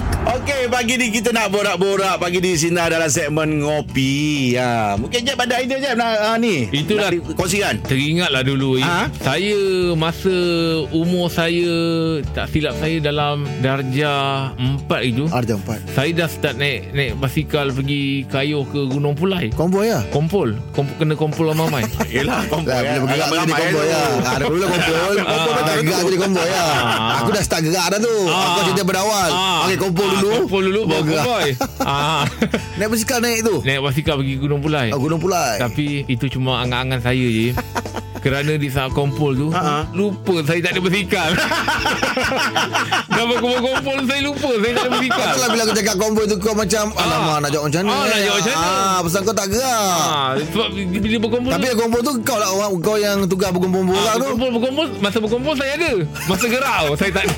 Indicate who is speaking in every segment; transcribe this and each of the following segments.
Speaker 1: Okey, pagi ni kita nak borak-borak pagi di sini dalam segmen ngopi. Ha, mungkin Jeb ada idea Jeb nak ha, ni.
Speaker 2: Itulah.
Speaker 1: Nak di- kongsikan.
Speaker 2: Teringatlah dulu
Speaker 1: Ha?
Speaker 2: ha? Saya masa umur saya Tak silap saya dalam darjah 4 itu ha?
Speaker 3: Arja empat
Speaker 2: Saya dah start naik naik basikal pergi kayuh ke Gunung Pulai
Speaker 3: Konvoi lah
Speaker 2: Kompol, Kompol Kena kompol sama Mai
Speaker 1: Yelah, kompol.
Speaker 3: lah, bila bergerak tu jadi
Speaker 1: ya.
Speaker 3: konvoi
Speaker 2: kan?
Speaker 3: lah
Speaker 1: Ha.
Speaker 3: Ada perlu lah kumpul Tak gerak jadi konvoi lah
Speaker 2: Ah.
Speaker 3: Aku dah start gerak dah tu Aku
Speaker 2: Ah.
Speaker 3: cerita berawal
Speaker 2: Ah.
Speaker 3: Okey kumpul
Speaker 2: Ah,
Speaker 3: dulu
Speaker 2: Kumpul dulu baru
Speaker 3: gerak.
Speaker 2: kompol ah.
Speaker 3: Naik basikal naik tu
Speaker 2: Naik basikal pergi Gunung Pulai
Speaker 3: Oh, Gunung Pulai
Speaker 2: Tapi itu cuma angan-angan saya je Kerana di saat kumpul
Speaker 3: Ha,
Speaker 2: tu
Speaker 1: Ha-ha.
Speaker 2: Lupa saya tak ada bersikal Dah berkumpul-kumpul Saya lupa saya tak ada bersikal
Speaker 3: Patutlah lah bila aku cakap konvoi tu kau macam Alamak nak jawab macam mana
Speaker 2: Ah, nak jawab macam mana?
Speaker 3: Ah, Pasal kau tak
Speaker 1: Ha.
Speaker 3: gerak
Speaker 2: Ah, sebab bila berkumpul
Speaker 3: Tapi kumpul tu kau lah orang Kau yang tugas
Speaker 2: Ah,
Speaker 3: berkumpul-kumpul orang tu
Speaker 2: berkumpul, berkumpul Masa berkumpul saya ada Masa gerak tu, Saya tak ada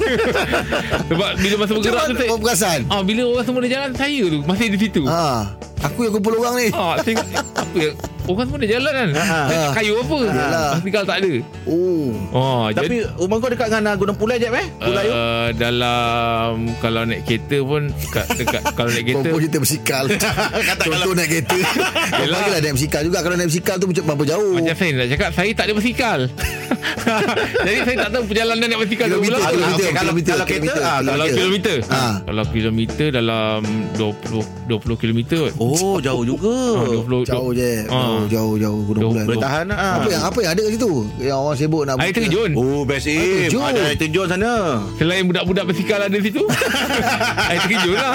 Speaker 2: Sebab bila masa
Speaker 3: Macam
Speaker 2: bergerak
Speaker 3: mana
Speaker 2: tu saya,
Speaker 3: kau perasan
Speaker 2: ah, Bila orang semua dah jalan Saya tu masih di situ
Speaker 1: Ha.
Speaker 2: ah.
Speaker 3: Ah, Aku yang kumpul orang ni
Speaker 2: saya, apa ya? Orang semua dah jalan kan
Speaker 1: Ha,
Speaker 2: Saya
Speaker 3: ah.
Speaker 2: nak kayu apa
Speaker 3: Yalah.
Speaker 2: Basikal tak ada
Speaker 3: Oh
Speaker 2: ah,
Speaker 1: Tapi
Speaker 2: jadi,
Speaker 1: rumah kau dekat dengan ah, Gunung Pulai Jeb eh? Pulai uh,
Speaker 2: uh, Dalam Kalau naik kereta pun dekat, dekat, Kalau naik kereta
Speaker 3: Kumpul kita bersikal Contoh naik kereta Kau
Speaker 2: Yelah.
Speaker 3: lah naik bersikal juga Kalau naik bersikal tu macam berapa jauh
Speaker 2: Macam saya nak cakap Saya tak ada basikal Jadi saya tak tahu Perjalanan naik basikal tu
Speaker 3: Kilometer,
Speaker 2: berapa.
Speaker 1: Kalau-
Speaker 3: kilometer,
Speaker 1: kalau-
Speaker 3: kilometer,
Speaker 1: kalau kereta,
Speaker 3: kilometer,
Speaker 1: ah,
Speaker 2: Kalau
Speaker 3: kilometer.
Speaker 2: kilometer
Speaker 3: Ha.
Speaker 2: Kalau kilometer dalam 20 20 kilometer kot. Ha,
Speaker 1: Oh, jauh juga.
Speaker 2: Ah, 20
Speaker 3: Jauh je
Speaker 2: Ah.
Speaker 3: Jauh jauh jauh Gunung
Speaker 2: Jauh.
Speaker 3: Bulan
Speaker 1: Boleh tahan lah. ah.
Speaker 3: Apa yang apa yang ada kat situ Yang orang sibuk nak
Speaker 2: Air terjun.
Speaker 1: Oh, best
Speaker 3: Air
Speaker 1: aim.
Speaker 3: terjun.
Speaker 1: Ada air terjun sana.
Speaker 2: Selain budak-budak basikal ada situ Saya terkejut lah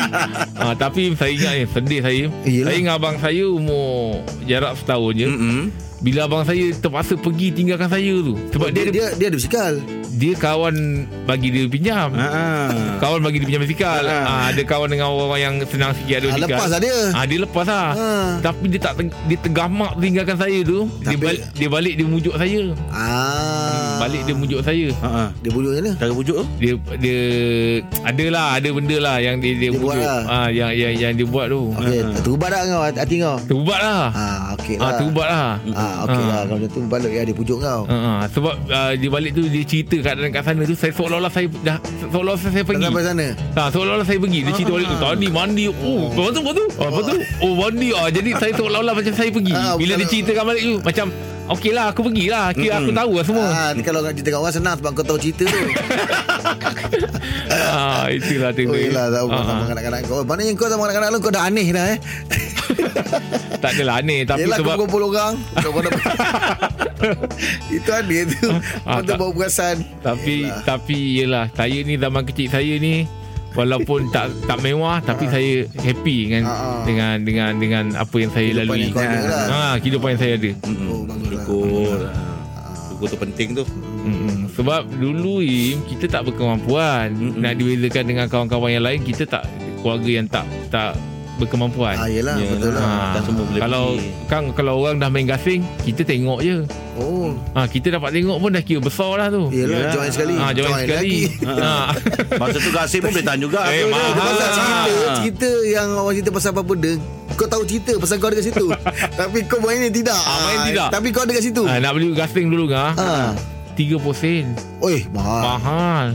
Speaker 2: ha, Tapi saya ingat eh, Sedih saya
Speaker 3: Yelah.
Speaker 2: Saya dengan abang saya Umur jarak setahun je
Speaker 1: Mm-mm.
Speaker 2: Bila abang saya terpaksa pergi Tinggalkan saya tu Sebab
Speaker 3: Oh, dia,
Speaker 2: dia, dia,
Speaker 3: dia, dia ada bersikal
Speaker 2: dia kawan Bagi dia pinjam
Speaker 1: Ha. ah.
Speaker 2: Kawan bagi dia pinjam basikal
Speaker 1: Ha.
Speaker 2: ha. Ada kawan dengan orang yang Senang sikit ada
Speaker 3: Ah,
Speaker 2: basikal
Speaker 3: lepas lah dia.
Speaker 2: ha, Dia lepas lah
Speaker 3: Ha.
Speaker 2: Tapi dia tak teng- Dia tergamak tinggalkan saya tu dia,
Speaker 3: Tapi-
Speaker 2: balik, dia balik dia mujuk saya
Speaker 3: ah.
Speaker 2: Hmm, Balik dia mujuk saya
Speaker 1: Ha. ah.
Speaker 3: Dia lah. bunuh macam mana
Speaker 1: Cara bujuk tu?
Speaker 2: dia dia adalah ada benda lah yang dia dia,
Speaker 3: Dia buat
Speaker 2: wujud.
Speaker 3: lah.
Speaker 2: Ah yang yang yang dia buat tu.
Speaker 3: okay,
Speaker 1: Ah.
Speaker 3: Terubat lah kau hati kau
Speaker 2: Terubat lah.
Speaker 3: ah, Okey
Speaker 2: Ah
Speaker 3: lah
Speaker 2: terubat lah.
Speaker 3: ah, Okey
Speaker 2: Ah.
Speaker 3: lah Kalau macam tu balik ya, Dia pujuk kau
Speaker 2: Ha, ha. sebab uh, dia balik tu dia cerita keadaan kat sana tu saya seolah-olah saya dah seolah-olah saya
Speaker 3: Dah
Speaker 2: pergi.
Speaker 3: sampai sana
Speaker 2: Ha, seolah-olah saya pergi Dia cerita balik tu Tadi mandi Oh lepas tu Lepas tu oh, Lepas tu Oh mandi ah, Jadi saya seolah-olah macam saya pergi
Speaker 3: Ah,
Speaker 2: Bila
Speaker 3: bukan-
Speaker 2: dia ceritakan balik tu Macam Okey lah aku pergi lah Kira aku tahu lah semua
Speaker 3: ah, ni Kalau nak cerita kat orang senang Sebab kau tahu cerita tu
Speaker 2: ah, Itulah tu
Speaker 3: Oh yelah Tak
Speaker 2: Ah,
Speaker 3: apa
Speaker 2: ah.
Speaker 3: Sama kanak-kanak kau Maknanya kau sama kanak-kanak lu Kau dah aneh dah eh
Speaker 2: Tak adalah aneh Tapi
Speaker 3: Yelah
Speaker 2: sebab
Speaker 3: kau kumpul orang Kau kau nak Itu aneh tu
Speaker 2: Ah,
Speaker 3: Kau tu
Speaker 2: tak.
Speaker 3: bawa perasan
Speaker 2: Tapi
Speaker 3: Yelah.
Speaker 2: yelah. tapi yelah saya ni zaman kecil saya ni walaupun tak tak mewah tapi saya happy dengan
Speaker 3: Ah, ah.
Speaker 2: dengan dengan dengan apa yang saya
Speaker 3: Kehidupan
Speaker 2: lalui.
Speaker 3: yang kau ada lah.
Speaker 2: Ha kehidupan yang saya ada.
Speaker 3: Oh, bagus lah.
Speaker 1: Syukur. Ha. Syukur tu penting tu.
Speaker 2: Mm-mm. Sebab dulu Im, kita tak berkemampuan.
Speaker 1: Mm-mm.
Speaker 2: Nak dibezakan dengan kawan-kawan yang lain kita tak keluarga yang tak tak berkemampuan.
Speaker 3: Ah, yelah, betul lah.
Speaker 2: Ah,
Speaker 1: ya. Tak semua boleh
Speaker 2: kalau
Speaker 1: pergi.
Speaker 2: kan kalau orang dah main gasing, kita tengok je.
Speaker 3: Oh,
Speaker 2: Ha kita dapat tengok pun dah kira besar lah tu.
Speaker 3: yelah,
Speaker 1: Yelah.
Speaker 3: join sekali.
Speaker 2: Ah, join sekali. Ah.
Speaker 1: Masa tu Kasim pun boleh tahan juga. Tu, tu,
Speaker 2: Eh,
Speaker 1: tu
Speaker 2: mahal.
Speaker 3: Dia lah, pasal
Speaker 1: pasal
Speaker 3: cerita, cerita yang orang cerita pasal apa benda. Kau tahu cerita pasal kau ada kat situ. Tapi kau main ni tidak.
Speaker 2: Ah, main tidak.
Speaker 3: Tapi kau ada kat situ.
Speaker 2: Ah, nak beli gasing dulu ngah.
Speaker 3: Ah.
Speaker 2: 30 sen.
Speaker 3: Oi,
Speaker 1: Ah.
Speaker 3: mahal.
Speaker 2: Mahal.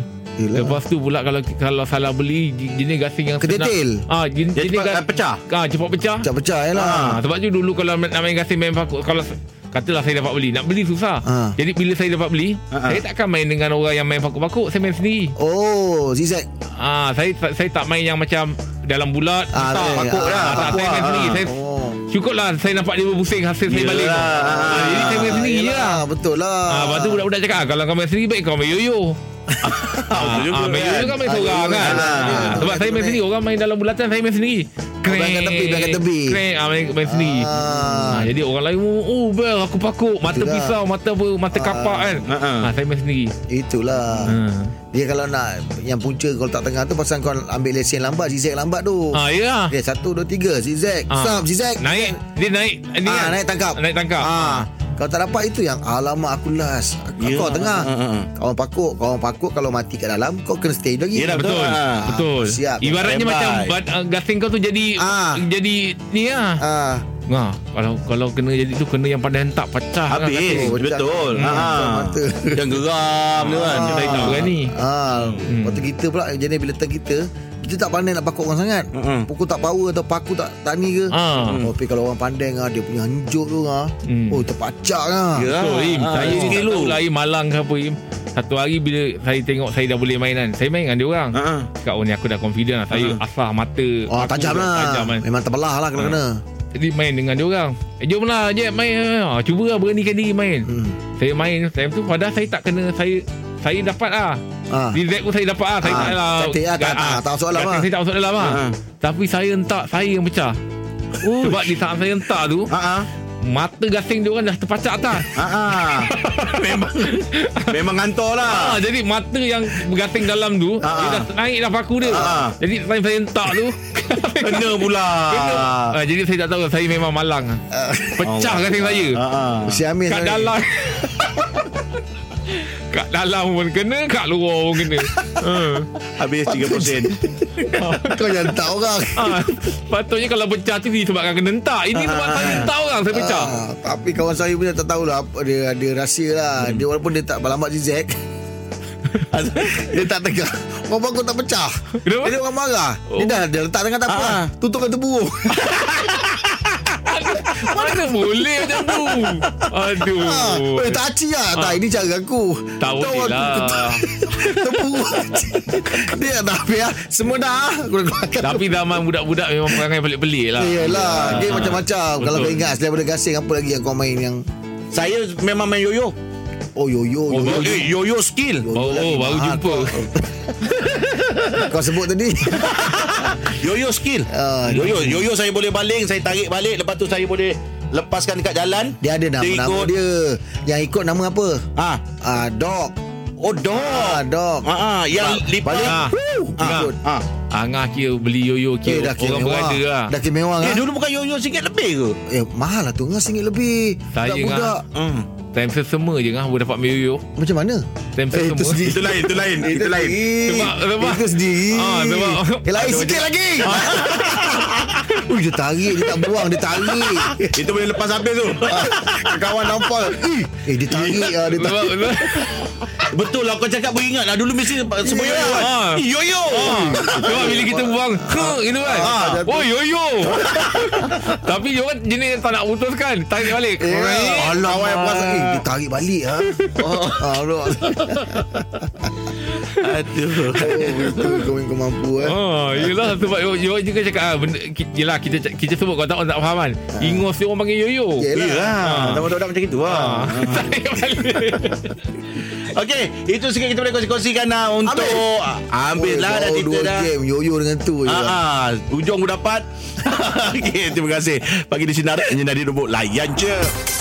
Speaker 2: Ah.
Speaker 3: Yelah.
Speaker 2: Lepas tu pula kalau kalau salah beli j- jenis gasing yang
Speaker 3: Ketetil.
Speaker 2: senang. Ah, jenis,
Speaker 1: Dia
Speaker 2: jenis
Speaker 1: cepat
Speaker 2: ga-
Speaker 1: pecah.
Speaker 2: Ah, cepat pecah.
Speaker 3: Pecah-pecah je lah.
Speaker 2: Ah, sebab tu dulu kalau nak main gasing main pakut kalau katalah saya dapat beli, nak beli susah.
Speaker 3: Ah.
Speaker 2: Jadi bila saya dapat beli,
Speaker 3: Ha,
Speaker 1: Ah, ah.
Speaker 2: saya takkan main dengan orang yang main pakut-pakut, saya main sendiri.
Speaker 3: Oh, zigzag.
Speaker 2: Ah, saya tak- saya tak main yang macam dalam bulat,
Speaker 3: Ah,
Speaker 2: tak
Speaker 3: eh,
Speaker 2: pakut
Speaker 3: ah,
Speaker 2: lah. Tak,
Speaker 1: pakut
Speaker 2: saya main
Speaker 1: lah.
Speaker 2: sendiri. Saya
Speaker 3: Oh.
Speaker 2: Cukuplah saya nampak dia berpusing hasil saya
Speaker 1: Yelah.
Speaker 2: balik. Ah, jadi saya main sendiri je lah.
Speaker 3: Yelah, Betul lah.
Speaker 2: Ah, lepas tu budak-budak cakap ah, Kalau kau main sendiri Baik kau main yoyo
Speaker 1: betul juga
Speaker 2: ah, Main
Speaker 1: kan.
Speaker 2: yoyo kan main
Speaker 3: Ah,
Speaker 2: seorang
Speaker 3: yoyo
Speaker 2: kan
Speaker 3: kan.
Speaker 2: Ah,
Speaker 3: Ah,
Speaker 2: Sebab
Speaker 3: betul
Speaker 2: saya main
Speaker 3: main.
Speaker 2: sendiri Orang main dalam bulatan Saya main sendiri Kreng
Speaker 3: berangkat tepi, berangkat tepi.
Speaker 2: Kreng ah, main, main sendiri
Speaker 3: Ah. lah.
Speaker 2: ah, Jadi orang lain pun, Oh bel aku pakuk Mata
Speaker 3: Itulah.
Speaker 2: pisau Mata apa Mata kapak kan
Speaker 1: Ah, ah.
Speaker 2: ah, Saya main sendiri
Speaker 3: Itulah.
Speaker 2: Ah.
Speaker 3: Dia kalau nak yang punca kau letak tengah tu pasal kau ambil lesen lambat, zigzag lambat tu.
Speaker 2: Ah, ya lah
Speaker 3: Okay, satu, dua, tiga. Zigzag.
Speaker 2: Ah.
Speaker 3: Stop, zigzag.
Speaker 2: Naik Dia naik dia
Speaker 3: Ah, naik tangkap.
Speaker 2: Naik tangkap
Speaker 3: Ah. Kalau tak dapat itu yang Alamak aku last
Speaker 1: Ya.
Speaker 3: yeah. Kau tengah
Speaker 2: ah,
Speaker 1: Ha, ha, ha.
Speaker 3: Kawan pakuk Kawan pakuk Kalau mati kat dalam Kau kena stay lagi
Speaker 1: Yelah,
Speaker 2: Betul
Speaker 1: Betul
Speaker 3: Ah,
Speaker 1: lah.
Speaker 2: Betul
Speaker 3: Siap.
Speaker 2: Ibaratnya ah,
Speaker 1: Standby.
Speaker 2: macam bad, uh, Gasing kau tu jadi
Speaker 3: Ah.
Speaker 2: Jadi Ni lah
Speaker 3: Ah,
Speaker 2: Ha, kalau kalau kena jadi tu kena yang pandai hentak pecah lah
Speaker 1: Habis
Speaker 2: kata.
Speaker 3: Oh,
Speaker 1: Betul
Speaker 3: cakap.
Speaker 1: ha.
Speaker 3: Macam Ah. mata.
Speaker 1: Yang geram tu kan
Speaker 2: Saya tak berani.
Speaker 3: Ah, hmm. Lepas tu kita pula Macam ni bila tang kita Kita tak pandai nak pakok orang sangat
Speaker 2: Hmm.
Speaker 1: Mm-mm.
Speaker 3: Pukul tak power Atau paku tak tak ni ke
Speaker 2: Ah.
Speaker 3: Oh, tapi kalau orang pandai ah, Dia punya hanjuk tu ah.
Speaker 2: Mm.
Speaker 3: Oh terpacak ah.
Speaker 1: Ya.
Speaker 2: Betul Im
Speaker 1: Ah,
Speaker 2: Saya
Speaker 1: rezeki
Speaker 2: ni tak
Speaker 1: lu.
Speaker 2: tahu lah Im Malang ke apa Im Satu hari bila Saya tengok saya dah boleh main kan Saya main dengan dia orang
Speaker 1: Ha. ha.
Speaker 2: Cakap oh ni aku dah confident lah Saya asah mata
Speaker 3: Oh
Speaker 2: Aku
Speaker 3: tajam lah
Speaker 2: Tajam Ah. kan
Speaker 3: Memang terbelah lah kena-kena
Speaker 2: Jadi main dengan dia orang eh, Jom lah Jep main ha, Cuba lah beranikan diri main
Speaker 3: hmm.
Speaker 2: Saya main Time tu padahal saya tak kena Saya saya dapat lah
Speaker 3: ah.
Speaker 2: Di deck pun saya dapat lah Saya
Speaker 3: Ah,
Speaker 2: tak lah
Speaker 3: cantik lah, tak-
Speaker 2: Ah,
Speaker 3: tak- tak masuk dalam lah.
Speaker 2: Saya tak masuk dalam lah
Speaker 1: Ah.
Speaker 2: Tapi saya hentak Saya yang pecah Sebab di saat saya hentak tu
Speaker 3: Ah.
Speaker 1: Ha. ha.
Speaker 2: Mata gasing dia orang dah terpacak atas
Speaker 1: Ha. ha. Memang Memang hantar lah
Speaker 2: Ah, jadi mata yang bergating dalam tu
Speaker 1: Ah,
Speaker 2: dia
Speaker 1: ah.
Speaker 2: dah naik dah paku dia.
Speaker 1: Ah, ah.
Speaker 2: Jadi time saya hentak tu
Speaker 1: Kena pula
Speaker 2: ah, jadi saya tak tahu saya memang malang.
Speaker 3: Oh.
Speaker 2: Pecah
Speaker 3: kan
Speaker 2: gating saya.
Speaker 1: Ha. ha.
Speaker 3: Ah, Si Amir
Speaker 2: Kat
Speaker 3: sebenarnya.
Speaker 2: dalam Kat dalam pun kena Kat luar pun kena Ah.
Speaker 1: Habis 3%
Speaker 3: Kau lah. yang tak orang
Speaker 2: ah, Patutnya kalau pecah tu Disebabkan kena hentak Ini sebab saya hentak orang Saya pecah
Speaker 3: Ah, tapi kawan saya punya tak tahulah apa dia ada rahsia lah.
Speaker 2: Hmm.
Speaker 3: Dia walaupun dia tak berlambak zigzag. dia tak tegak. Orang bangun tak pecah.
Speaker 2: Kenapa?
Speaker 3: Dia orang marah. Dia
Speaker 2: Oh.
Speaker 3: dah dia letak dengan tak apa.
Speaker 1: Ah.
Speaker 3: Uh. Tutupkan terburu.
Speaker 2: Mana boleh macam tu Aduh
Speaker 3: Ah, eh, tak aci lah. Tak, ini cara aku.
Speaker 2: Tak
Speaker 3: Kau
Speaker 2: boleh
Speaker 3: orang
Speaker 2: Ah. lah.
Speaker 3: tu- Terburu. dia tak habis lah. Semua dah. Aku dah keluarkan.
Speaker 2: Tapi zaman budak-budak Memang perangai pelik-pelik lah
Speaker 3: Yelah Game
Speaker 2: Ah,
Speaker 3: macam-macam Kalau kau
Speaker 2: betul.
Speaker 3: ingat Selain daripada gasing Apa lagi yang kau main yang
Speaker 1: Saya memang main yoyo
Speaker 3: Oh yo yo yo, yo.
Speaker 1: Eh, Yoyo skill
Speaker 2: Baru, oh, baru
Speaker 3: Ah,
Speaker 2: jumpa
Speaker 3: Kau sebut tadi
Speaker 1: Yoyo skill
Speaker 3: Ah,
Speaker 1: Yoyo Yoyo saya boleh baling Saya tarik balik Lepas tu saya boleh Lepaskan dekat jalan
Speaker 3: Dia ada nama-nama
Speaker 1: ikut.
Speaker 3: dia Yang ikut nama apa
Speaker 1: Ah,
Speaker 3: Ah, Dog
Speaker 1: Oh dog
Speaker 3: Ah, dog
Speaker 1: ah, ah, Yang lipat
Speaker 3: Balik
Speaker 2: Ah.
Speaker 3: Woo!
Speaker 1: ah,
Speaker 3: Ikut.
Speaker 1: ah.
Speaker 2: Angah kira beli yoyo
Speaker 3: Eh,
Speaker 2: kira
Speaker 3: dah kira
Speaker 2: Orang
Speaker 3: mewah
Speaker 2: berada lah
Speaker 3: Dah kira mewah
Speaker 1: Eh
Speaker 3: eh,
Speaker 1: dulu bukan yoyo sikit lebih ke
Speaker 3: eh mahal lah tu Ngah singgit lebih
Speaker 2: Saya
Speaker 3: Budak-budak
Speaker 1: hmm.
Speaker 2: Time sesama je Angah Boleh dapat yoyo
Speaker 3: Macam mana
Speaker 2: Time
Speaker 3: Eh,
Speaker 2: sesama
Speaker 3: itu sendiri.
Speaker 1: Itu lain Itu lain Itu lain
Speaker 3: sendiri.
Speaker 2: Sebab- sebab-
Speaker 3: Itu sendiri
Speaker 2: Ah, sebab-
Speaker 3: Eh lain sikit lagi Ui dia tarik Dia tak buang Dia tarik
Speaker 1: Itu boleh lepas habis tu
Speaker 3: Ah, Kawan nampak Eh, Eh dia tarik ah, Dia tarik
Speaker 2: Sebab-
Speaker 1: Betul lah kau cakap beringat lah Dulu mesti semua yoyo kan
Speaker 2: Ah.
Speaker 1: Eh, Yoyo
Speaker 2: Sebab bila kita buang Ke gitu kan
Speaker 1: Ah.
Speaker 2: Oh yoyo Tapi dia orang jenis yang tak nak putuskan Tarik balik
Speaker 3: Eh, Awal yang puasa Eh dia tarik balik ha? oh. Ah, bro.
Speaker 1: Aduh
Speaker 3: Oh, itu kau kau mampu eh.
Speaker 2: Oh, yelah sebab yo- yo juga cakap ah, benda, ki- yelah kita ca- kita sebut kau tak orang tak faham kan. Ingos dia orang panggil yoyo.
Speaker 1: Ya.
Speaker 3: Yelah.
Speaker 1: Yelah Budak-budak lah. macam itu
Speaker 2: Ah.
Speaker 1: lah
Speaker 2: Tarik balik.
Speaker 1: Okey, itu sikit kita boleh kongsi-kongsikan lah untuk ambil lah dah
Speaker 3: jauh
Speaker 1: cerita
Speaker 3: Oh, dua
Speaker 1: dah.
Speaker 3: game yo-yo dengan tu je.
Speaker 1: Ah, ah, ujung aku dapat. Okey, terima kasih. Pagi di sinar, nyinari rambut layan je.